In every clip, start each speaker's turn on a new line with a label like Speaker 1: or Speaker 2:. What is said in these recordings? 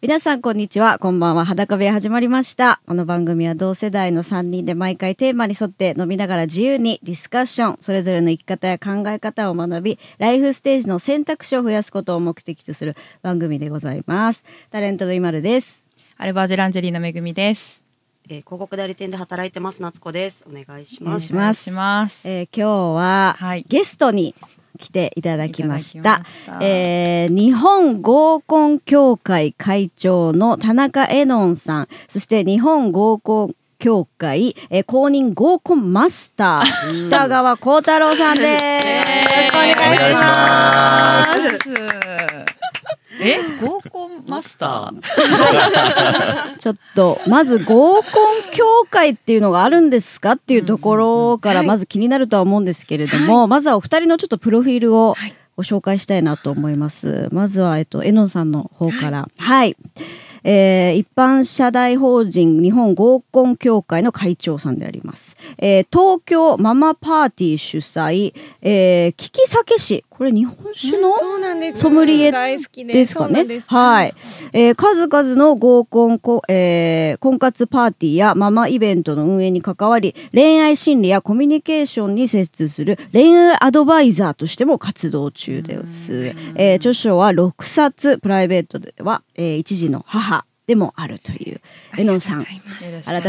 Speaker 1: 皆さんこんにちはこんばんは裸部屋始まりましたこの番組は同世代の3人で毎回テーマに沿って飲みながら自由にディスカッションそれぞれの生き方や考え方を学びライフステージの選択肢を増やすことを目的とする番組でございますタレントの今るです
Speaker 2: アルバージェランジェリーナめぐみです。
Speaker 3: えー、広告代理店で働いてます夏子ですお願いし
Speaker 1: お願
Speaker 3: ま
Speaker 1: い
Speaker 3: す
Speaker 1: します
Speaker 2: お願いします。
Speaker 1: えー今日は、
Speaker 2: はい
Speaker 1: ゲストに来ていただきまし
Speaker 2: い
Speaker 1: た
Speaker 2: だきました
Speaker 1: えー日本合コン協会会長の田中絵音さんそして日本合コン協会、えー公認合コンマスタ ー北川幸太郎さんです、よろしくお願いし
Speaker 2: お願いし
Speaker 1: ま
Speaker 2: ますすえ、合コンマスター。
Speaker 1: ちょっとまず合コン協会っていうのがあるんですかっていうところから
Speaker 2: はい
Speaker 1: まず気になるとは思うんですけれども、まずはお二人のちょっとプロフィールをご紹介したいなと思います。まずはえっとえのんさんの方からはい、えー一般社大法人日本合コン協会の会長さんであります。えー東京ママパーティー主催、えー、キキ酒師これ日本酒の、
Speaker 4: そうなんです。
Speaker 1: ソムリエ
Speaker 4: 大好きで
Speaker 1: ですか
Speaker 4: そうなん
Speaker 1: ね
Speaker 4: で。す
Speaker 1: はい。えー数々の合コン、こえー婚活パーティーやママイベントの運営に関わり、恋愛心理やコミュニケーションに精通する恋愛アドバイザーとしても活動中です。えー著書は6冊、プライベートでは、えー一児の母でもあるという、えのんさん。改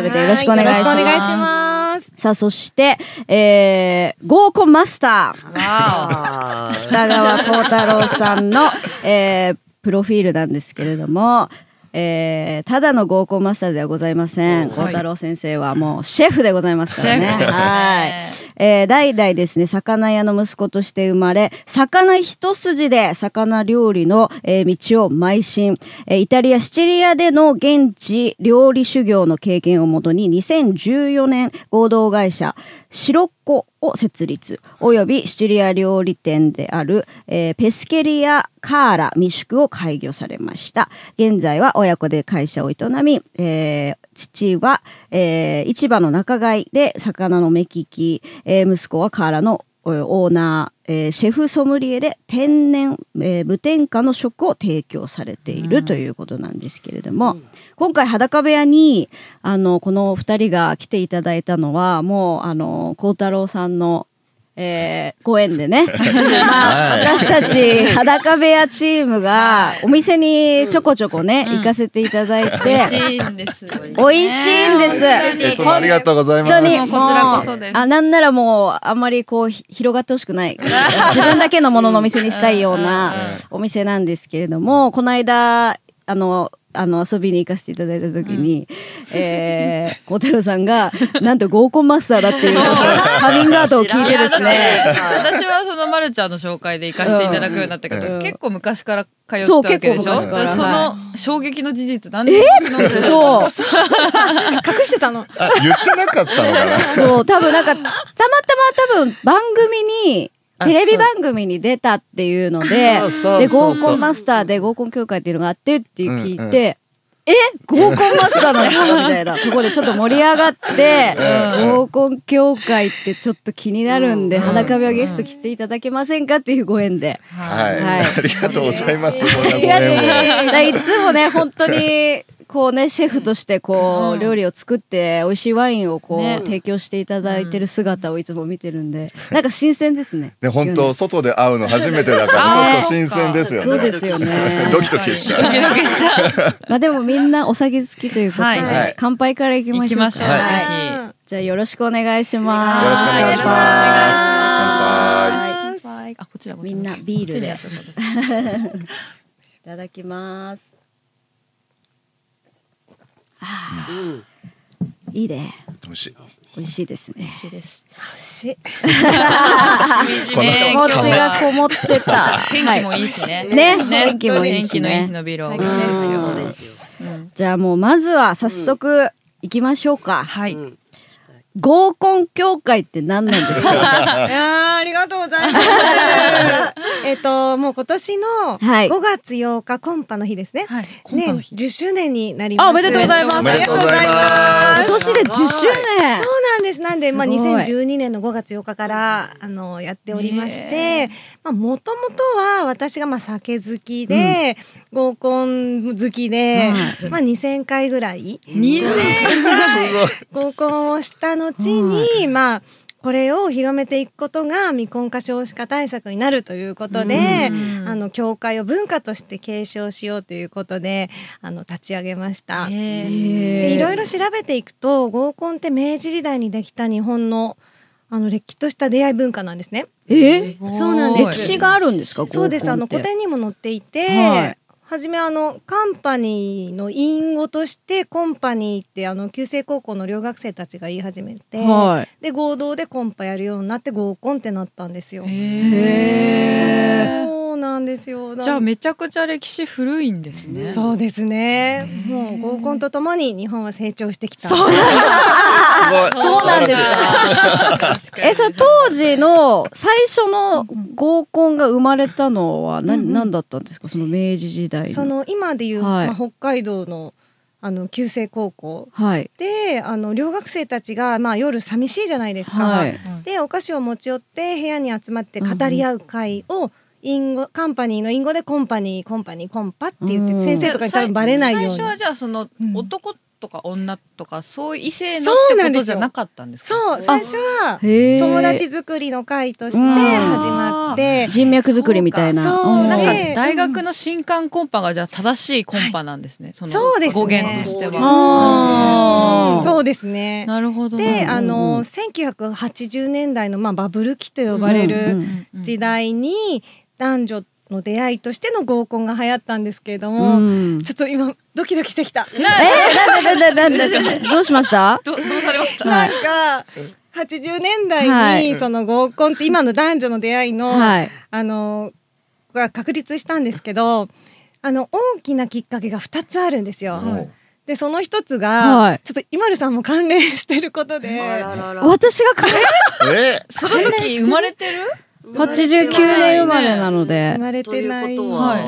Speaker 1: めてよろしくお願いします。
Speaker 4: はよろしくお願いします。
Speaker 1: さあ、そして、えー合コンマスター。
Speaker 2: わ
Speaker 3: あー
Speaker 1: 北川幸太郎さんの、えープロフィールなんですけれども、えーただの合コンマスターではございません
Speaker 3: はい
Speaker 1: 幸太郎先生はもうシェフでございますからね。
Speaker 2: シェフですね
Speaker 1: はいえー代々ですね魚屋の息子として生まれ魚一筋で魚料理の、えー道を邁進、えーイタリアシチリアでの現地料理修行の経験をもとに2014年合同会社シロッコを設立およびシチリア料理店である、えーペスケリアカーラ未宿を開業されました現在は親子で会社を営み、えー父は、えー市場の仲買いで魚の目利き、えー息子はカーラのえーオーナー、えーシェフソムリエで天然、えー無添加の食を提供されているということなんですけれども、今回裸部屋にあのこのお二人が来ていただいたのはもうあの孝太郎さんの、えーご縁でね、まあ、私たち裸部屋チームがお店にちょこちょこね、
Speaker 2: うん
Speaker 1: 行かせていただい
Speaker 2: 美
Speaker 1: て。
Speaker 2: 味しいんです。
Speaker 1: 美味しいんです
Speaker 2: ね
Speaker 5: いつもありがとうござい
Speaker 1: 本
Speaker 5: ます。
Speaker 1: 当に
Speaker 2: も
Speaker 1: もう
Speaker 2: うこちらこそです
Speaker 1: あなんならもうあんまりこうひ広がってほしくない 自分だけのもののお店にしたいようなお店なんですけれどもこの間あのあの遊びに行かせていただいた時に、えー、小太郎さんがなんと合コンマスターだっていうカミングアウトを聞いてですね
Speaker 2: いやだって私はそのまるちゃんの紹介で行かせていただくようになったけど、
Speaker 1: うん
Speaker 2: 結構昔から通ってたわけでしょ
Speaker 1: そう結構昔から
Speaker 2: そ
Speaker 1: は
Speaker 2: の衝撃の事実なんで
Speaker 1: そう
Speaker 4: 隠してたの。
Speaker 5: あ言ってなかったのかな。
Speaker 1: そう多分なんかたまたま多分番組に
Speaker 5: あ
Speaker 1: テレビ番組に出たっていうので
Speaker 5: そうそう
Speaker 1: で
Speaker 5: そ
Speaker 1: 合
Speaker 5: うそう
Speaker 1: コンマスターで合コン協会っていうのがあってっていう聞いて、
Speaker 5: うんうん
Speaker 1: え合コンマスターなんですかみたい なところでちょっと盛り上がって、
Speaker 5: うん
Speaker 1: 合コン協会ってちょっと気になるんで、裸部はゲスト来ていただけませんかっていうご縁で。
Speaker 5: はい、
Speaker 1: はい
Speaker 5: ありがとうございます。こんな
Speaker 1: あ
Speaker 5: ご
Speaker 1: りがとう
Speaker 5: 縁を。
Speaker 1: だからいつもね本当にこうねシェフとしてこ
Speaker 2: う
Speaker 1: うん料理を作って美味しいワインをこう、
Speaker 2: ね
Speaker 1: 提供していただいてる姿をいつも見てるんでなんか新鮮ですね。
Speaker 5: ね、本当外で会うの初めてだか
Speaker 2: あー
Speaker 5: ら、ちょっと新鮮ですよね。
Speaker 1: そうですよね
Speaker 5: ドキドキしちゃう
Speaker 2: ドキドキしちゃう
Speaker 1: まあでもみんなお酒好きということで、
Speaker 2: はい
Speaker 5: はい
Speaker 1: 乾杯からいきましょうか
Speaker 2: 行きましょう
Speaker 1: はい
Speaker 2: ぜひ
Speaker 4: うん
Speaker 1: じゃあよろしくお願いします。
Speaker 5: よろしくお願いします
Speaker 1: はい
Speaker 2: あこっちだこっち
Speaker 1: み
Speaker 2: だ
Speaker 1: んなビールで
Speaker 2: こっちだこっちだ
Speaker 1: いただきます。あーいいね。
Speaker 5: 美味しい。
Speaker 1: 美味しいですね。
Speaker 2: 美味しいです
Speaker 1: 気
Speaker 2: ね今
Speaker 5: この
Speaker 1: 持
Speaker 2: 日
Speaker 1: ちがこ
Speaker 2: は。
Speaker 1: もってた
Speaker 2: 天気もい
Speaker 1: はい
Speaker 2: しね、
Speaker 1: い。ね、天気もいい
Speaker 2: 天
Speaker 1: し
Speaker 2: 気のいい日
Speaker 1: ね。
Speaker 2: のビールを
Speaker 4: 最
Speaker 1: 高ですよ
Speaker 3: そうですよ
Speaker 1: じゃあもうまずは早速行きましょうか。
Speaker 2: は
Speaker 3: う
Speaker 2: い
Speaker 3: ん
Speaker 1: 合コン協会って何なんですか。
Speaker 4: いやーありがとうございます。えっともう今年の
Speaker 1: はい
Speaker 4: 5月8日コンパの日ですね。
Speaker 2: はいコンパの
Speaker 4: ね
Speaker 2: 日
Speaker 4: 10周年になります。
Speaker 1: あおめでとうございます
Speaker 5: おめでとうございます
Speaker 4: ありがとう
Speaker 1: 今
Speaker 4: ございま
Speaker 1: 年
Speaker 4: す
Speaker 1: で10周年。
Speaker 4: そうなんです。なんで、まあ、
Speaker 1: すごい
Speaker 4: 2012年の5月8日から、あの、やっておりまして、まあ、もともとは私が、まあ、酒好きで、合コン好きで、まあ、2000回ぐらい、
Speaker 2: 二年
Speaker 4: 合コンをした後に、まあ、これを広めていくことが未婚化少子化対策になるということで、あの、教会を文化として継承しようということで、あの、立ち上げました。
Speaker 2: え
Speaker 4: でいろい
Speaker 1: ろ
Speaker 4: ろ調べていくと合コンって明治時代にできた日本のあのれっきとした出会い文化なんですね。
Speaker 1: え
Speaker 4: そうなんです
Speaker 1: 歴史があるんですか
Speaker 4: そうですあの
Speaker 1: 古
Speaker 4: 古
Speaker 1: 典
Speaker 4: 典にも載っていて、
Speaker 1: はい
Speaker 4: はじめあのカンパニーの隠語としてコンパニーってあの旧制高校の留学生たちが言い始めて、
Speaker 1: は
Speaker 4: で合同でコンパやるようになって合コンってなったんですよ。
Speaker 1: い
Speaker 2: へ
Speaker 4: そうなんですよ。
Speaker 2: ーじゃあ
Speaker 4: なん
Speaker 2: めちゃくちゃ歴史古いんですね。
Speaker 4: そうですね。もう合コンとともに日本は成長してきた。
Speaker 5: すごい。
Speaker 1: そうなんです
Speaker 5: 素晴らしい
Speaker 1: えそれ当時の最初の合コンが生まれたのは何,、
Speaker 4: うんうん
Speaker 1: ん、何だったんですかその明治時代の
Speaker 4: その今でいう、
Speaker 1: はい
Speaker 4: まあ、北海道のあの旧制高校
Speaker 1: はい
Speaker 4: であの留学生たちが、まあ、夜寂しいじゃないですか、
Speaker 1: はい
Speaker 4: でお菓子を持ち寄って部屋に集まって語り合う会を、インゴカンパニーの隠語でコンパニーコンパニーコンパって言って、
Speaker 1: うん
Speaker 4: 先生とかに多分バレないように
Speaker 2: 最初はじゃあその
Speaker 4: うん
Speaker 2: 男とか女とかそういう異性の
Speaker 4: そう
Speaker 2: っ
Speaker 4: な
Speaker 2: てこ
Speaker 4: ん
Speaker 2: と
Speaker 4: です
Speaker 2: じ
Speaker 4: よ
Speaker 2: ゃなかったんですか。
Speaker 4: そう最初は
Speaker 1: へー
Speaker 4: 友達作りの会として始
Speaker 1: うん
Speaker 4: まって、
Speaker 1: 人脈作りみたいな
Speaker 4: そうか
Speaker 1: ん
Speaker 2: なんか
Speaker 4: ね
Speaker 2: 大学の新刊コンパがじゃあ正しいコンパなんですね。その
Speaker 4: そうですね
Speaker 2: 語源としては。
Speaker 1: あー
Speaker 4: そうですね
Speaker 2: なるほど。
Speaker 4: で、
Speaker 1: うん
Speaker 4: あ
Speaker 1: うん
Speaker 4: の1980年代の、まあ、バブル期と呼ばれる、
Speaker 1: うんうん
Speaker 4: 時代に男女の出会いとしての合コンが流行ったんですけれど
Speaker 1: う
Speaker 4: も、
Speaker 1: ん
Speaker 4: ちょっと今ドキドキしてきた。
Speaker 1: えなんだなんだなんだどうしました
Speaker 2: どどうされました。
Speaker 4: なんか80年代に、
Speaker 1: はい
Speaker 4: その合コンって今の男女の出会いの、
Speaker 1: はい
Speaker 4: あのが確立したんですけどあの大きなきっかけが2つあるんですよ。
Speaker 5: はい
Speaker 4: でその一つが、
Speaker 1: はい
Speaker 4: ちょっと IMALU さんも関連してることで
Speaker 3: あららら
Speaker 1: 私がか
Speaker 5: え
Speaker 2: その時生まれてる？
Speaker 1: 89年生まれなので
Speaker 4: 生まれ
Speaker 3: と
Speaker 4: て
Speaker 3: い
Speaker 4: な
Speaker 3: う
Speaker 4: い
Speaker 3: こと
Speaker 1: はい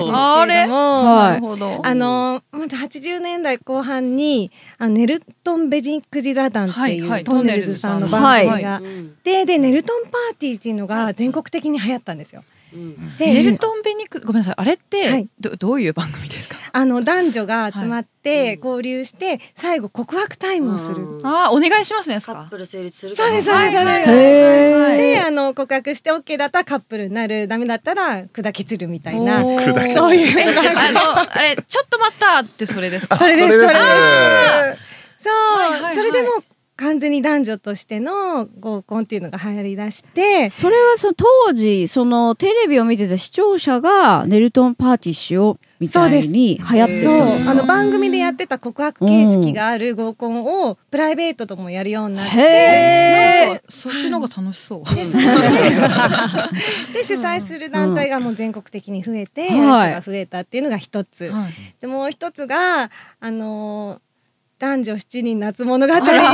Speaker 3: は、
Speaker 2: あれ
Speaker 4: けども
Speaker 1: はい
Speaker 2: なるほど。
Speaker 4: あのまず80年代後半にあのネルトン・ベジンクジラ団っていう、
Speaker 2: はいはい
Speaker 4: トンネルズさんの
Speaker 1: ト
Speaker 4: 番
Speaker 1: ンネルズさんの
Speaker 4: 組が、
Speaker 3: いうん
Speaker 4: ででネルトンパーティーっていうのが全国的に流行ったんですよ。
Speaker 3: うん
Speaker 4: で
Speaker 2: ネルトンベニックごめんなさいあれって、
Speaker 4: はい
Speaker 2: どどういう番組ですか？
Speaker 4: あの男女が集まっ
Speaker 3: は
Speaker 4: て
Speaker 3: い
Speaker 4: 交流して、最後告白タイムをする。
Speaker 3: うん
Speaker 2: ああお願いしますね。
Speaker 3: カップル成立する
Speaker 4: そうですそう
Speaker 2: は
Speaker 4: で
Speaker 2: い
Speaker 4: すそうです。
Speaker 1: へー
Speaker 4: であの告白して OK だったらカップルになるダメだったら砕け散るみたいな
Speaker 2: おー
Speaker 5: 砕け散る
Speaker 4: そういう
Speaker 2: えあのあれちょっと待ったってそれですか？
Speaker 4: それです
Speaker 5: それです
Speaker 4: それですそう、
Speaker 2: はいはいはい
Speaker 4: それでもう完全に男女としての合コンっていうのが流行りだして
Speaker 1: それはその当時そのテレビを見てた視聴者がネルトンパーティーしようみたいに流行ってる
Speaker 4: そう
Speaker 1: たんです
Speaker 4: あ
Speaker 1: か
Speaker 4: の番組でやってた告白形式がある合コンをプライベートともやるようになって
Speaker 1: へー
Speaker 2: そっちの方が楽しそう。
Speaker 4: でそれでで主催する団体がもう全国的に増えて、
Speaker 1: うん
Speaker 4: やる人が増えたっていうのが一つ、
Speaker 2: はい
Speaker 4: でもう一つがあのー男女七人夏物語っていう、
Speaker 1: はい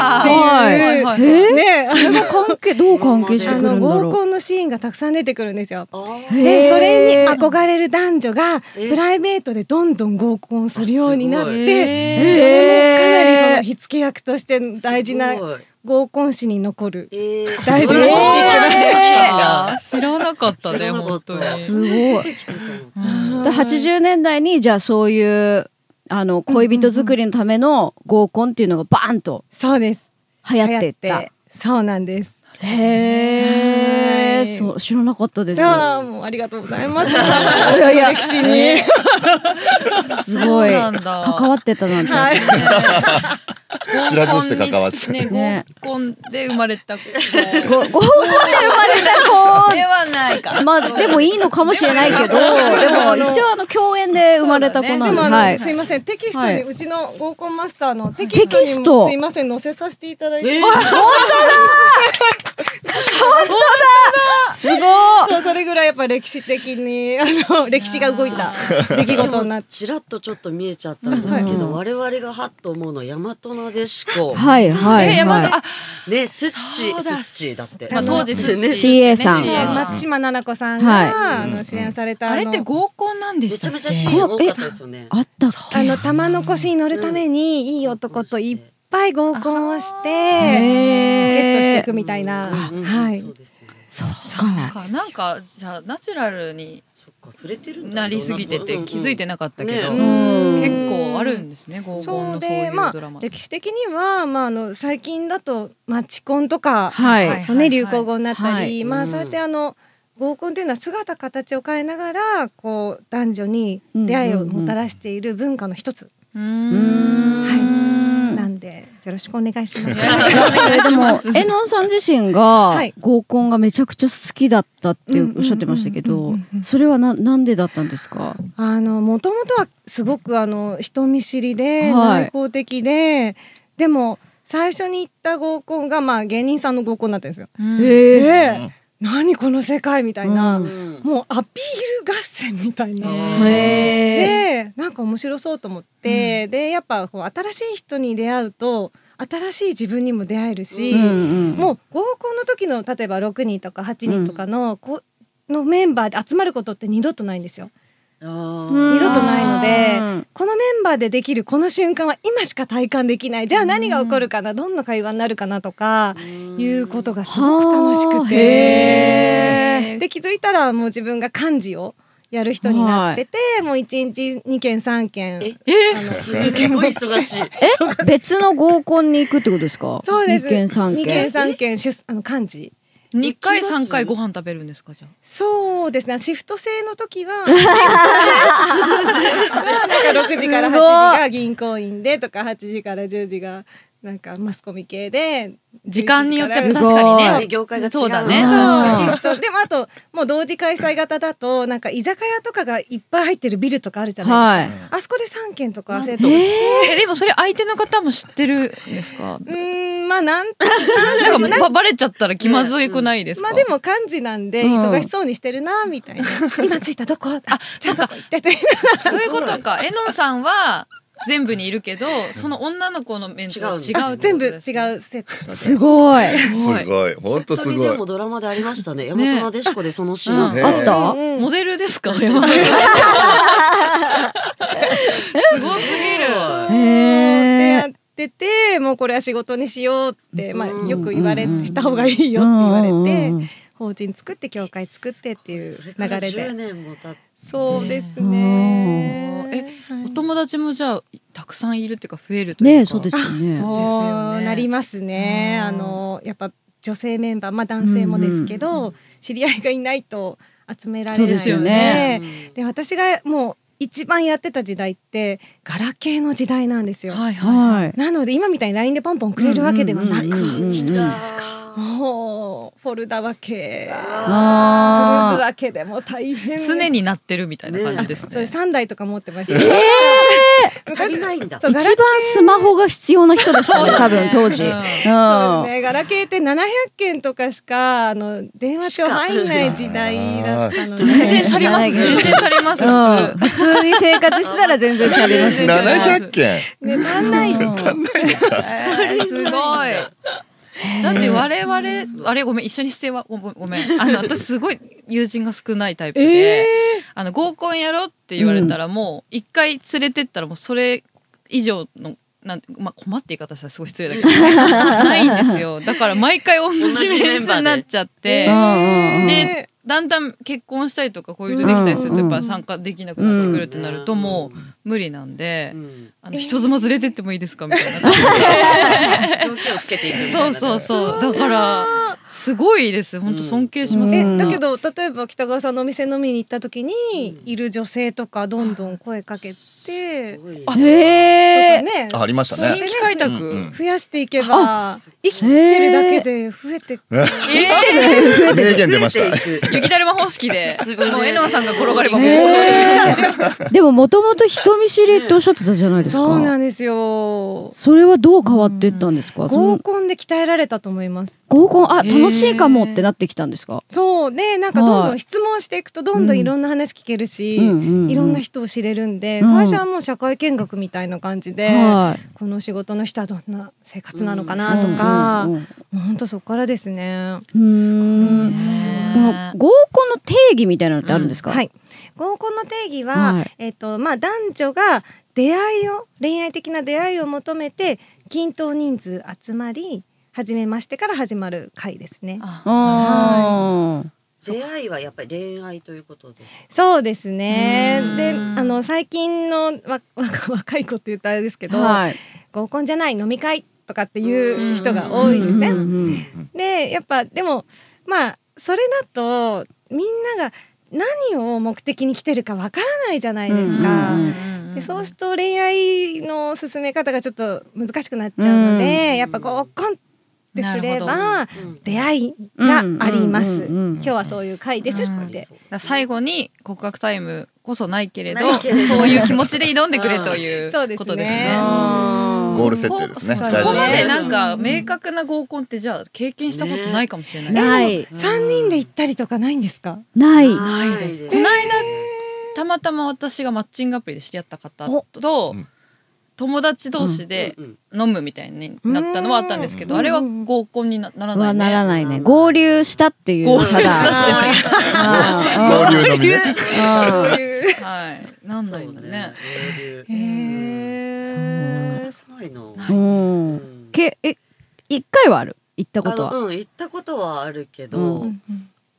Speaker 2: はいはい
Speaker 1: えー
Speaker 4: ね
Speaker 1: それが関係どう関係してく
Speaker 4: あ
Speaker 1: る
Speaker 4: の
Speaker 1: んだろ
Speaker 4: 合
Speaker 1: う
Speaker 4: コンのシーンがたくさん出てくるんですよ。
Speaker 3: あー
Speaker 1: へ
Speaker 4: で
Speaker 1: ー
Speaker 4: それに憧れる男女が
Speaker 3: え
Speaker 4: プライベートでどんどん合コンするようになっ
Speaker 3: すご
Speaker 4: て。
Speaker 2: え
Speaker 4: そ
Speaker 2: ー
Speaker 4: れもかなりそ
Speaker 1: へ
Speaker 4: の
Speaker 1: ー
Speaker 4: 火付け役として大事な
Speaker 3: すごい
Speaker 4: 合コン史に残る。
Speaker 3: えー
Speaker 4: 大事
Speaker 3: それも
Speaker 2: あー知らなかった
Speaker 3: 知
Speaker 2: ね
Speaker 3: らなか
Speaker 2: 本
Speaker 3: っ
Speaker 2: 当
Speaker 3: た
Speaker 2: に。
Speaker 1: すごい
Speaker 3: 出てきてたの
Speaker 1: で80年代にじゃあそういうあの恋人作りのための合コンっていうのがバーンと
Speaker 4: そうです。
Speaker 1: 流行ってった、
Speaker 4: 流行ってそうなんです。
Speaker 1: へ
Speaker 4: は
Speaker 1: え
Speaker 4: い
Speaker 1: そう知らなかったです
Speaker 4: いやあもうありがとうございます。
Speaker 1: いやいや
Speaker 4: 歴史に。
Speaker 1: すごい
Speaker 2: そうなん
Speaker 1: 関
Speaker 2: だ
Speaker 1: わってたなんて、
Speaker 4: はい。
Speaker 5: 知らずして関わってた
Speaker 2: ね
Speaker 1: ね
Speaker 2: 合コンで生まれ た子。
Speaker 1: ご合コンで生まれた子
Speaker 2: ではないか。
Speaker 1: まあでもいいのかもしれないけど、でも一応あの共演で生まれた子な
Speaker 4: で
Speaker 1: んで、
Speaker 4: もあの、
Speaker 1: はい。
Speaker 4: すいませんテキストに、
Speaker 1: はいう
Speaker 4: ちの合コンマスターのテキスト
Speaker 1: テキ
Speaker 4: に
Speaker 1: スト
Speaker 4: もすいません載せさせていただいて、
Speaker 1: すご
Speaker 4: そうそれぐらいやっぱ歴史的にあ の歴史が動いた出来事になって。
Speaker 3: ちらっとちょっと見えちゃったんですけど、我々がハッと思うのは大和なでしこ。
Speaker 1: はいは
Speaker 2: え
Speaker 1: い
Speaker 2: 山
Speaker 1: は
Speaker 2: 田
Speaker 1: い。
Speaker 2: あ
Speaker 3: ね、スッチ
Speaker 2: そ
Speaker 3: ー、
Speaker 2: う
Speaker 3: ス
Speaker 2: だ
Speaker 3: ッチーだって。
Speaker 2: まあ当時
Speaker 3: ね、
Speaker 2: ね
Speaker 1: CA さん
Speaker 4: そう
Speaker 2: CA
Speaker 4: 松島菜々子さん
Speaker 1: はい
Speaker 4: が、あの主演された
Speaker 2: あ
Speaker 4: の
Speaker 2: れって合コンなんで
Speaker 3: め
Speaker 2: し
Speaker 3: ち
Speaker 2: た
Speaker 3: ゃ
Speaker 2: っけ
Speaker 3: めちゃシーン多かったですよね。
Speaker 1: あったっ
Speaker 4: あ
Speaker 1: け？
Speaker 4: の玉のこしに乗るためにいい男といっぱい合コンをしてゲットして
Speaker 1: へ
Speaker 4: いくみたいな、
Speaker 3: うんうん
Speaker 4: はい
Speaker 3: そうですよね
Speaker 1: そうか
Speaker 2: かなんかじゃあナチュラルに
Speaker 3: そっか触れてるんだ
Speaker 2: なりすぎてて気づいて
Speaker 3: な
Speaker 2: なかったけど、
Speaker 3: ね
Speaker 1: うん
Speaker 2: 結構あるんですね合コン
Speaker 4: そう
Speaker 2: のそうい
Speaker 4: で
Speaker 2: う
Speaker 4: ま
Speaker 2: ドラマ
Speaker 4: あ、歴史的には、まあ、あの最近だとマチコンとか、
Speaker 1: はい、
Speaker 2: はい
Speaker 4: ね、流行語になったり、
Speaker 1: はい
Speaker 4: ま
Speaker 3: う
Speaker 4: あ
Speaker 3: ん
Speaker 4: そうやってあの合コンというのは姿形を変えながらこう男女に出会いをもたらしている文化の一つ
Speaker 2: うー
Speaker 1: うんんはい
Speaker 4: なんでよろしくお願いします。
Speaker 1: えでもえのんさん自身が
Speaker 4: はい
Speaker 1: 合コンがめちゃくちゃ好きだったって
Speaker 4: うんうんう
Speaker 1: お
Speaker 4: んうん
Speaker 1: っしゃってましたけ
Speaker 4: うんう
Speaker 1: ど
Speaker 4: んうん
Speaker 1: それはななんでだったんですか
Speaker 4: あの元々はすごくあの人見知りで
Speaker 1: はい
Speaker 4: 内向的で、でも最初に行った合コンがまあ芸人さんの合コンだったんですよ。
Speaker 2: うん
Speaker 1: へえ
Speaker 4: で、何この世界みたいな、
Speaker 1: うん
Speaker 4: もうアピール合戦みたいな。
Speaker 1: へえ
Speaker 4: でなんか面白そうと思って、でやっぱこう新しい人に出会うと新しい自分にも出会えるし、も
Speaker 1: も
Speaker 4: う合コンの時の例えば6人とか8人とかの,、こうのメンバーで集まることって二度とないんですよ。二
Speaker 1: 二
Speaker 4: 度とないので
Speaker 1: うん
Speaker 4: このメンバーでできるこの瞬間は今しか体感できないじゃあ何が起こるかな、どんな会話になるかなとかいうことがすごく楽し
Speaker 1: はあ
Speaker 4: く
Speaker 1: へ
Speaker 4: てで気づいたらもう自分が漢字をやる人になってて、もう1日2件3件
Speaker 3: え
Speaker 4: あの
Speaker 3: すごい忙しい
Speaker 1: え別の合コンに行くってことですか
Speaker 4: そうです
Speaker 1: 二軒三
Speaker 4: 2件
Speaker 1: 軒
Speaker 4: 3件出あの漢字
Speaker 2: 二回三回ご飯食べるんですかじゃ
Speaker 4: そうですねシフト制の時はシフト制はなんか6時から8時が銀行員でとか8時から10時がなんかマスコミ系で
Speaker 2: 時間によって
Speaker 1: も
Speaker 4: 11
Speaker 1: 確かにね
Speaker 2: すごい
Speaker 3: ね業界が違う
Speaker 2: そうだ
Speaker 1: ね
Speaker 2: ね
Speaker 1: 確か
Speaker 4: 時からそうシフトでもあともう同時開催型だとなんか居酒屋とかがいっぱい入ってるビルとかあるじゃない
Speaker 1: はい
Speaker 4: ですか、あそこで3軒とかセット
Speaker 1: え
Speaker 4: う
Speaker 2: えでもそれ相手の方も知ってるんですか
Speaker 4: ーんまあなん
Speaker 2: なんかばバレちゃったら気まずいくないですか、
Speaker 4: まあでも漢字なんで
Speaker 1: うん
Speaker 4: 忙しそうにしてるなみたいな、今着いたどこあちょ っと行ってて
Speaker 2: そういうことかえのんさんは全部にいるけどその女の子のメンツは違うってこと
Speaker 4: 全部違う
Speaker 2: です
Speaker 4: セ
Speaker 2: ね
Speaker 4: ットです
Speaker 1: ごい
Speaker 5: すごい。本当す
Speaker 3: 本当に
Speaker 5: ご
Speaker 3: で
Speaker 5: い
Speaker 3: も。ドラマでありましたね大
Speaker 2: ね
Speaker 3: 和なでしこでそのシーン
Speaker 2: うん
Speaker 3: あった
Speaker 5: ね
Speaker 1: あった
Speaker 2: モデルですかすごすぎ
Speaker 1: へ
Speaker 4: で
Speaker 1: え
Speaker 4: やっててもうこれは仕事にしようって、まあ、
Speaker 3: うん
Speaker 4: よく言われ
Speaker 1: うん
Speaker 4: した方がいいよって言われて法人作って教会作ってっていう
Speaker 3: それか
Speaker 4: 流
Speaker 3: ら
Speaker 4: れ
Speaker 3: 10
Speaker 4: で
Speaker 3: 年も経って
Speaker 4: そうです
Speaker 1: うん
Speaker 4: ね
Speaker 2: え
Speaker 4: はい
Speaker 2: るお友達もじゃあたくさんいるっていうか増えるというか
Speaker 1: ねえそうですよね
Speaker 2: そう
Speaker 4: そうなりますね
Speaker 2: うん
Speaker 4: あのやっぱ女性メンバーまあ男性もですけど、知り合いがいないと集められな
Speaker 1: そう
Speaker 4: いので
Speaker 1: ですよね
Speaker 4: で私がもう一番やってた時代ってガラケーの時代なんですよ。
Speaker 2: はいはい
Speaker 1: はい
Speaker 4: なので今みたいに LINE でポンポンくれるわけではなく、
Speaker 1: うんうんうんうん
Speaker 3: 一人ですか
Speaker 4: もうフォルダ分けグループ
Speaker 1: あ
Speaker 4: 分けでも大変
Speaker 2: 常になってるみたいな感じです
Speaker 4: そ
Speaker 2: ね
Speaker 4: れ三台とか持ってました、
Speaker 3: 足
Speaker 4: 昔
Speaker 3: り
Speaker 4: そう
Speaker 3: ないんだ
Speaker 1: あ
Speaker 4: そう
Speaker 1: 一番スマホが必要な人で したね多分当時
Speaker 2: う
Speaker 1: うん
Speaker 4: です
Speaker 1: ん
Speaker 4: ねガラケーって700件とかしかあの電話帳入んない時代だったので
Speaker 2: 全然足ります全然足ります
Speaker 1: うん普
Speaker 2: 普
Speaker 1: 通に生活したら全然足ります
Speaker 2: 全然
Speaker 5: 七百件。
Speaker 4: ね足んないよ
Speaker 2: 通すごいだって我々あれごめん一緒にしてはごごめんあの私すごい友人が少ないタイプで、あの合コンやろうって言われたらもう一回連れてったらもうそれ以上のなんてまあ困って言い方したらすごい失礼だけどないんですよだから毎回同
Speaker 3: 同
Speaker 2: じ
Speaker 3: じ
Speaker 2: メ
Speaker 3: メ
Speaker 2: ン
Speaker 3: ン
Speaker 2: ツ
Speaker 3: バーで
Speaker 2: になっちゃって
Speaker 1: う。んうん
Speaker 2: でだんだん結婚したりとかこういう人できたりすると
Speaker 1: う
Speaker 2: や
Speaker 1: ん
Speaker 2: っぱ参加できなくなってくるってなるともう無理なんで
Speaker 3: うん
Speaker 2: あの人妻連れてってもいいですかみたいな感じで
Speaker 3: 条件をつけていくみたい
Speaker 2: そ
Speaker 3: な
Speaker 2: うそうそうだからすごいです本当尊敬します、
Speaker 1: うん
Speaker 4: えだけど例えば北川さんのお店飲みに行った時にいる女性とかどんどん声かけて
Speaker 3: す、ごい
Speaker 1: うんへえ
Speaker 4: ね
Speaker 5: あありましたね
Speaker 4: そうやっ
Speaker 2: 新規開
Speaker 4: て
Speaker 2: 拓、
Speaker 5: うんうん
Speaker 4: 増やしていけば生きてるだけで増えてく
Speaker 2: え
Speaker 5: 名言出ました。
Speaker 3: 増えてい
Speaker 2: ー、雪だるま方式で、
Speaker 3: ごいね
Speaker 2: もうえのんさんが転がればもう、
Speaker 1: へーでももともと人見知りっておっしゃってたじゃないですか
Speaker 4: そうなんですよ
Speaker 1: それはどう変わっていったんですかそ
Speaker 4: 合
Speaker 1: の
Speaker 4: コンで鍛えられたと思います
Speaker 1: 合コンあ
Speaker 2: へー
Speaker 1: 楽しいかもってなってきたんですか
Speaker 4: そうねなんかどんど
Speaker 1: は
Speaker 4: ん
Speaker 1: い
Speaker 4: 質問していくとどんどんいろんな話聞けるし、いろんな人を知れるんで、
Speaker 1: うん
Speaker 4: 最初はもう社会見学みたいな感じで、
Speaker 1: は
Speaker 4: この仕事の人はどんな生活なのか
Speaker 1: い
Speaker 4: なとか、
Speaker 1: う
Speaker 4: も
Speaker 1: ん
Speaker 4: う
Speaker 1: うん
Speaker 4: ほんとそこからですね。
Speaker 1: うんうーんこの合コンの定義みたいなのってあるんですか
Speaker 4: はい、合コンの定義は、
Speaker 1: はい
Speaker 4: えっとまあ、男女が出会いを恋愛的な出会いを求めて均等人数集まり初めましてから始まる会ですね。
Speaker 1: あー
Speaker 3: 出会いはやっぱり恋愛ということです。
Speaker 4: そうですね
Speaker 2: うん
Speaker 4: であの最近のわ 若若い子って言ったらあれですけど、
Speaker 1: はい
Speaker 4: 合コンじゃない飲み会とかっていう人が多いですね。
Speaker 1: うんうんうん
Speaker 4: でやっぱでもまあそれだとみんなが何を目的に来てるかわからないじゃないですか。
Speaker 1: うんうん
Speaker 4: でそうすると恋愛の進め方がちょっと難しくなっちゃうので、
Speaker 3: うん
Speaker 4: やっぱ合コンってすれば
Speaker 3: うん
Speaker 4: 出会いがあります、
Speaker 1: うんうんうんうん
Speaker 4: 今日はそういう回ですって、
Speaker 2: だから最後に告白タイムこそないけれど
Speaker 3: ないけれど
Speaker 2: そういう気持ちで挑んでくれという
Speaker 4: そうですね
Speaker 2: ことです
Speaker 4: う
Speaker 2: ね。
Speaker 1: あー
Speaker 5: ゴール設定ですね。
Speaker 2: そ
Speaker 4: こ
Speaker 2: こ
Speaker 4: 大
Speaker 2: そ
Speaker 4: 事
Speaker 2: こま
Speaker 4: ね
Speaker 2: でなんか明確な合コンってじゃあ経験したことないかもしれない。
Speaker 1: ねはい
Speaker 4: 3人で行ったりとかないんですか
Speaker 1: ない
Speaker 3: ない
Speaker 2: で
Speaker 3: ですす
Speaker 2: こ。の間たまたま私がマッチングアプリで知り合った方と、
Speaker 5: うん
Speaker 2: 友達同士で
Speaker 3: うん
Speaker 2: 飲むみたいになったのはあったんですけど、
Speaker 4: うん
Speaker 2: あれは合コンになならない、
Speaker 1: は
Speaker 2: ね。
Speaker 1: ならないね
Speaker 3: うん
Speaker 1: 合流したっていう
Speaker 2: 合流
Speaker 1: ただ
Speaker 5: 合流のみね。
Speaker 1: うんうん
Speaker 2: はい。なんないんだね。。
Speaker 3: そうね
Speaker 4: へえ
Speaker 3: ないな。
Speaker 1: うん
Speaker 3: うん
Speaker 1: けえ一回はある行ったこと
Speaker 3: あ
Speaker 1: は
Speaker 3: のうん行ったことはあるけ
Speaker 1: う
Speaker 3: ど
Speaker 4: んうん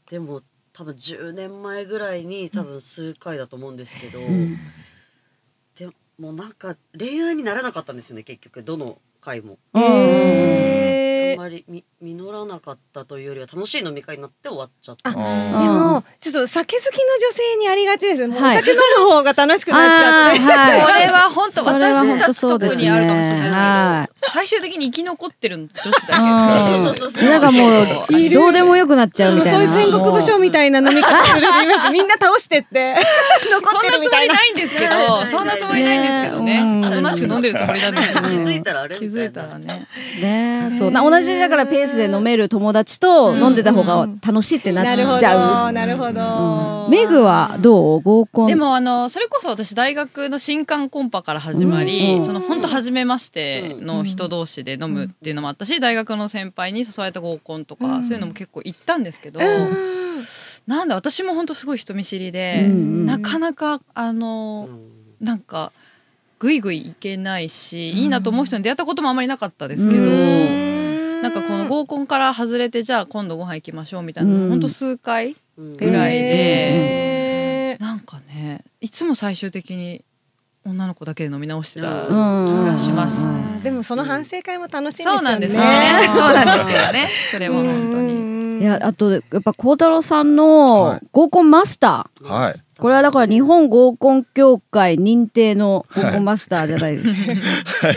Speaker 3: でも多分10年前ぐらいに多分数回だと思うんですけど
Speaker 1: ん
Speaker 3: でもうなんか恋愛にならなかったんですよね結局どの回もあん
Speaker 4: へー
Speaker 3: まりみ実らなかったというよりは楽しい飲み会になって終わっちゃった
Speaker 4: あ
Speaker 5: あ
Speaker 4: で
Speaker 5: ー
Speaker 4: もちょっと酒好きの女性にありがちですもうお
Speaker 1: はい
Speaker 4: 酒飲む方が楽しくなっちゃって、
Speaker 1: あーは
Speaker 2: こ
Speaker 1: い
Speaker 2: れは本当
Speaker 1: それは
Speaker 2: 私
Speaker 1: 本
Speaker 2: た
Speaker 1: 当
Speaker 2: ち
Speaker 1: そうで
Speaker 2: 特
Speaker 1: す
Speaker 2: に
Speaker 1: ね
Speaker 2: あるかもしれない
Speaker 1: は
Speaker 2: ですけど、最終的に生き残ってる女子だけ。
Speaker 1: い
Speaker 3: そうそうそうそう
Speaker 1: なんかも
Speaker 4: いうる
Speaker 1: どうでもよくなっちゃう
Speaker 4: で
Speaker 1: み
Speaker 4: も
Speaker 1: たい
Speaker 4: そ
Speaker 1: な
Speaker 4: ういう戦国武将みたいな飲み方するイ メージみんな倒してって
Speaker 2: そ
Speaker 4: 残
Speaker 2: ん
Speaker 4: って
Speaker 2: なつ
Speaker 4: るみ
Speaker 2: も
Speaker 4: た
Speaker 2: り
Speaker 4: いな
Speaker 2: ないんですけ
Speaker 3: ないない
Speaker 2: ど、
Speaker 3: ない
Speaker 2: そんなつもりないんですけど
Speaker 1: ね
Speaker 2: ね。おとなしく飲んでるつもりなんですけど
Speaker 3: 気づいたらあれ
Speaker 2: 気
Speaker 3: みた
Speaker 2: づい
Speaker 3: い
Speaker 2: た
Speaker 3: な
Speaker 2: らね。
Speaker 1: ねえそうな同じだからペースで飲める友達と
Speaker 2: うん
Speaker 1: 飲んでた方が楽しいってな
Speaker 4: なるほ
Speaker 1: っちゃう
Speaker 4: どなるほ
Speaker 1: う
Speaker 4: ど
Speaker 1: んメグはどう合コン
Speaker 2: でもあのそれこそ私大学の新刊コンパから始ま
Speaker 1: う
Speaker 2: り
Speaker 1: ん
Speaker 2: その本当初めましての人同士で飲むっていうのもあったし大学の先輩に誘われた合コンと
Speaker 4: う
Speaker 2: か
Speaker 4: ん
Speaker 2: そういうのも結構行ったんですけど
Speaker 4: うん
Speaker 2: なんだ私も本当すごい人見知り
Speaker 1: う
Speaker 2: で
Speaker 1: ん
Speaker 2: なかなかあ
Speaker 3: う
Speaker 2: の
Speaker 3: ん
Speaker 2: なんかぐいぐい行けないしいいなと思う人に出会ったこともあんまりなかったですけ
Speaker 1: う
Speaker 2: ど
Speaker 4: ん
Speaker 2: なんかこの合コンから外れてじゃあ今度ご飯行きましょうみたいな
Speaker 1: うん
Speaker 2: 本当数回
Speaker 3: うん
Speaker 2: ぐらいで
Speaker 4: へー
Speaker 2: なんかねいつも最終的に女の子だけで飲み直してた、
Speaker 3: う
Speaker 1: うん
Speaker 2: 気がします
Speaker 1: うん
Speaker 4: あーでもその反省会も楽しいんですよ
Speaker 2: そ
Speaker 4: ね
Speaker 2: うなんです
Speaker 1: よ
Speaker 2: よ
Speaker 1: ね
Speaker 2: ね
Speaker 1: あー
Speaker 2: そうなんですけどねそれも本当に
Speaker 4: に
Speaker 1: いやあとやっぱ孝太郎さんの
Speaker 5: はい
Speaker 1: 合コンマスター、
Speaker 5: はい
Speaker 1: これはだから日本合コン協会認定の合コンマスターじゃないですか、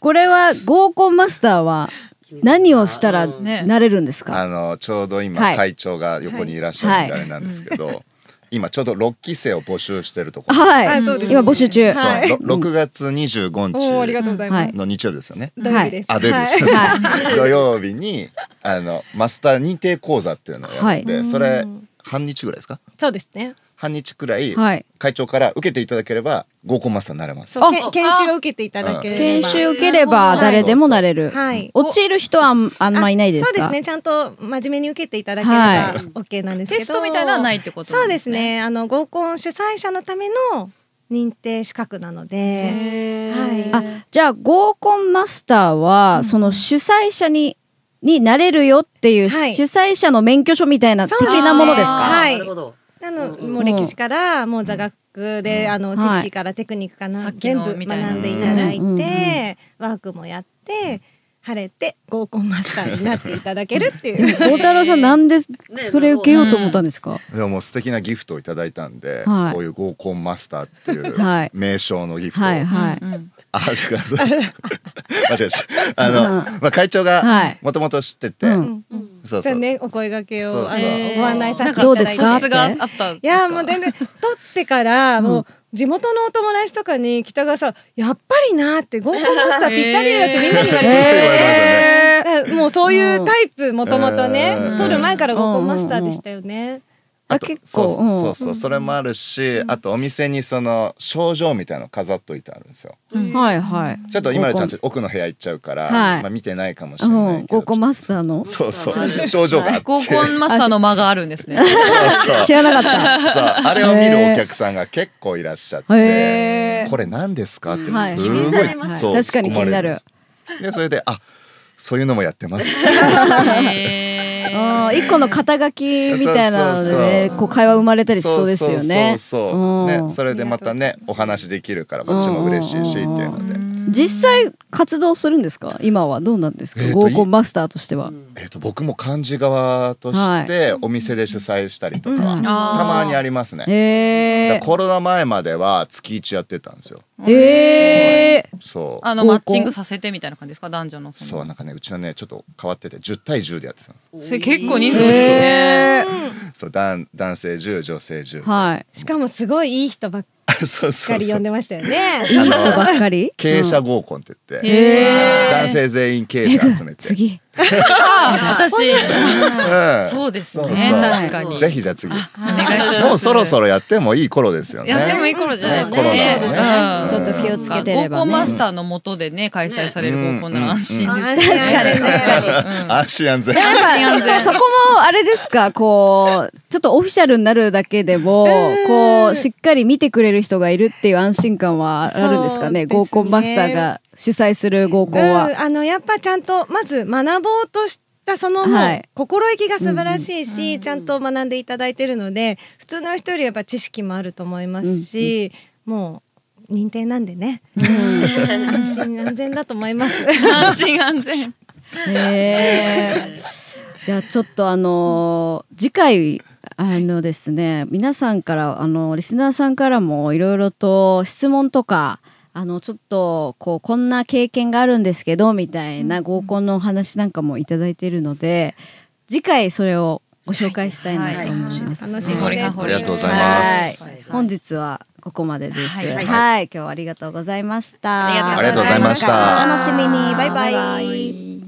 Speaker 1: これは合コンマスターは何をしたら
Speaker 3: うん
Speaker 2: ね
Speaker 1: なれるんですか、
Speaker 5: あのちょうど
Speaker 1: は
Speaker 5: 今
Speaker 1: い
Speaker 5: 会長が横にいらっしゃるみたいなんですけど、今ちょうど六期生を募集してるところ。
Speaker 1: はい、
Speaker 4: あそうです
Speaker 1: 今募集中
Speaker 5: そ、
Speaker 4: はいう
Speaker 5: 六月二十五
Speaker 4: おーありが
Speaker 5: 日
Speaker 4: とうございます、
Speaker 1: はい
Speaker 5: の日曜日ですよね。
Speaker 4: 土曜日です、
Speaker 5: あ、で
Speaker 4: はい
Speaker 5: す。
Speaker 1: は
Speaker 5: 土曜日にあのマスター認定講座っていうのをやっ
Speaker 4: は
Speaker 5: て、
Speaker 4: い
Speaker 5: それ半日ぐらいですか？
Speaker 4: そうですね
Speaker 5: 半日くらい
Speaker 1: はい
Speaker 5: 会長から受けていただければ合コンマスターになれます。
Speaker 4: そう
Speaker 1: あ
Speaker 4: け研修を受けていただけれ
Speaker 1: 研
Speaker 4: ば
Speaker 1: 修受ければ誰でもなれる、
Speaker 4: はい
Speaker 1: 落ちる人はあんあんまいないですか
Speaker 4: そうですねちゃんと真面目に受けていただけれ
Speaker 1: はい
Speaker 4: ば OK なんですけど
Speaker 2: テストみたいなのはないってこと
Speaker 4: そ
Speaker 2: な
Speaker 4: うんですねあの合コン主催者のための認定資格なので
Speaker 2: へー
Speaker 1: あじゃあ合コンマスターは、その主催者にになれるよっていう、
Speaker 4: はい
Speaker 1: 主催者の免許証みたいな
Speaker 4: そう
Speaker 1: 的
Speaker 4: ですね
Speaker 1: なものですか
Speaker 2: あー
Speaker 4: はい
Speaker 3: なるほど。
Speaker 4: あの
Speaker 3: うん
Speaker 4: もう歴史からもう座学で、あの知
Speaker 1: はい
Speaker 4: 識からテクニックかな、
Speaker 2: さっき
Speaker 4: 全
Speaker 2: の
Speaker 4: 部学
Speaker 2: みたいなん
Speaker 4: でいただいて、
Speaker 1: うんうんうん
Speaker 4: ワークもやって晴れて合コンマスターになっていただけるっていう。
Speaker 1: 大太郎さんなんで
Speaker 3: ね
Speaker 1: それ受けようと思ったんですか、
Speaker 5: でももう素敵なギフトをいただいたんで、
Speaker 1: はい
Speaker 5: こういう合コンマスターってい
Speaker 1: はいう
Speaker 5: 名称のギフトを、
Speaker 1: はいはい、
Speaker 2: うんうん
Speaker 5: あ違うそう間違えましたあの、
Speaker 1: うん
Speaker 5: まあ、会長
Speaker 1: はい
Speaker 5: がもともと知ってて、
Speaker 1: うん
Speaker 4: うんうん
Speaker 5: そう
Speaker 4: じ
Speaker 5: そ
Speaker 4: ゃあ
Speaker 5: う、
Speaker 4: ねお声掛けを
Speaker 5: そうそう
Speaker 4: あ
Speaker 2: へ
Speaker 4: の
Speaker 2: ー
Speaker 4: ご案内させてい
Speaker 1: ど
Speaker 4: た
Speaker 1: う
Speaker 4: だ
Speaker 1: で
Speaker 4: い
Speaker 1: す
Speaker 4: て。
Speaker 1: か
Speaker 2: なん素質があったんです
Speaker 4: い
Speaker 2: か
Speaker 4: やもう全然取ってからもう地元のお友達とかに北川さんやっぱりなって合コンマスターぴったりだよってみんなに言われて、
Speaker 5: えーそう言われました
Speaker 1: ね
Speaker 4: だからもうそういうタイプもともとね、
Speaker 5: うん
Speaker 4: 取る前から合コンマスターでしたよね。
Speaker 5: あ
Speaker 1: あ
Speaker 5: と
Speaker 1: 結
Speaker 5: そう
Speaker 1: 構
Speaker 5: そうそう
Speaker 1: う
Speaker 5: そうそれもあるし、あとお店にその賞状みたいの飾っといてあるんですよ
Speaker 1: んはいはい
Speaker 5: ちょっと今のちゃん
Speaker 1: 合
Speaker 5: と奥の部屋行っちゃうから、
Speaker 1: はい
Speaker 5: まあ、見てないかもし
Speaker 1: コ
Speaker 5: れ
Speaker 1: ン
Speaker 5: な
Speaker 1: う
Speaker 5: い
Speaker 1: ん
Speaker 5: けど、
Speaker 1: 合コンマスターの
Speaker 5: そうそう賞状があって
Speaker 2: 合コンマスターの間があるんですね
Speaker 5: そうそう
Speaker 1: 知らなかっ
Speaker 5: そうあれを見るお客さんが結構いらっしゃって、
Speaker 1: たへえ
Speaker 5: これ何ですか?」ってすごい、
Speaker 1: はいはい
Speaker 5: そう
Speaker 1: 確かに
Speaker 5: 突っ込まれ
Speaker 1: 気
Speaker 5: んですでそれで「あそういうのもやってます」
Speaker 2: へー
Speaker 1: あー一個の肩書きみたいなのでね
Speaker 5: そうそうそう
Speaker 1: こう会話生まれたりしそうですよね
Speaker 5: そうそうそうそう
Speaker 1: うん
Speaker 5: ね、それでまたねお話できるからこっちも嬉しいしっていうので。
Speaker 1: 実際活動するんですか今はどうなんですか、
Speaker 5: えーと
Speaker 1: 合コンマスターとしては、
Speaker 5: えっと僕も幹事側としてお店で主催したりとか
Speaker 1: う
Speaker 5: は
Speaker 1: ん
Speaker 5: たまにあ
Speaker 2: り
Speaker 5: りますね。だから
Speaker 1: えー、
Speaker 5: コロナ前までは月一やってたんですよ。
Speaker 1: えー
Speaker 5: そう。
Speaker 2: あのマッチングさせてみたいな感じですか男女の
Speaker 5: そう
Speaker 2: の
Speaker 5: なんかねうちのねちょっと変わってて10対10でやってたんです
Speaker 2: それ結構人数多いですね
Speaker 1: えー
Speaker 5: そう男男性10女性10、
Speaker 1: はい
Speaker 4: しかもすごいいい人ばっ
Speaker 5: そうそ
Speaker 4: か
Speaker 5: う
Speaker 4: り
Speaker 5: そ
Speaker 4: 呼ん
Speaker 5: う
Speaker 4: でましたよね。
Speaker 1: いい人ばっかり
Speaker 5: 経営者合コンって言って、
Speaker 2: へー
Speaker 5: 男性全員経営者集めて、
Speaker 1: 次
Speaker 2: あー私
Speaker 5: うん
Speaker 2: そうです
Speaker 5: そう
Speaker 2: ね
Speaker 5: そう
Speaker 2: 確かに
Speaker 5: ぜひじゃあ次
Speaker 2: お願いします
Speaker 5: もうそろそろやってもいい頃ですよね
Speaker 2: やってもいい頃じゃないですか
Speaker 5: ね
Speaker 2: ね
Speaker 5: コロナ
Speaker 1: はね
Speaker 2: うん
Speaker 1: ちょっと気をつけてればね
Speaker 2: 合コンマスターのもとでね開催される合コンなら安心ですね
Speaker 4: うん確かに
Speaker 1: 確
Speaker 2: か に
Speaker 5: 安心安全
Speaker 1: なんかそこもあれですかこうちょっとオフィシャルになるだけでも、こうしっかり見てくれる人がいるっていう安心感はあるんですかね
Speaker 4: そう
Speaker 1: 合
Speaker 4: ですね
Speaker 1: コンマスターが主催する合コンは、
Speaker 4: うん、あのやっぱちゃんとまず学ぼうとしたそのもう
Speaker 1: はい
Speaker 4: 心意気が素晴らしいし、
Speaker 2: うんうん
Speaker 4: ちゃんと学んでいただいてるので普通の人よりやっぱ知識もあると思いますし、もう認定なんでね安心安全だと思います。
Speaker 2: 安心安全
Speaker 1: ねえじゃあちょっとあのー次回あのですね皆さんからあのリスナーさんからもいろいろと質問とかあのちょっとこうこんな経験があるんですけどみたいな合コンのお話なんかもいただいているので次回それをご紹介したいなと思います。
Speaker 4: は
Speaker 5: み
Speaker 4: い楽し
Speaker 5: です
Speaker 2: うん
Speaker 5: ありがとうございます
Speaker 1: はい
Speaker 3: はい
Speaker 1: 本日はここまでです。は、
Speaker 2: はいい
Speaker 1: はい今日はありがとうございました。
Speaker 2: あ
Speaker 5: りがとうございました
Speaker 1: 楽しみに、バイバイ。
Speaker 2: イ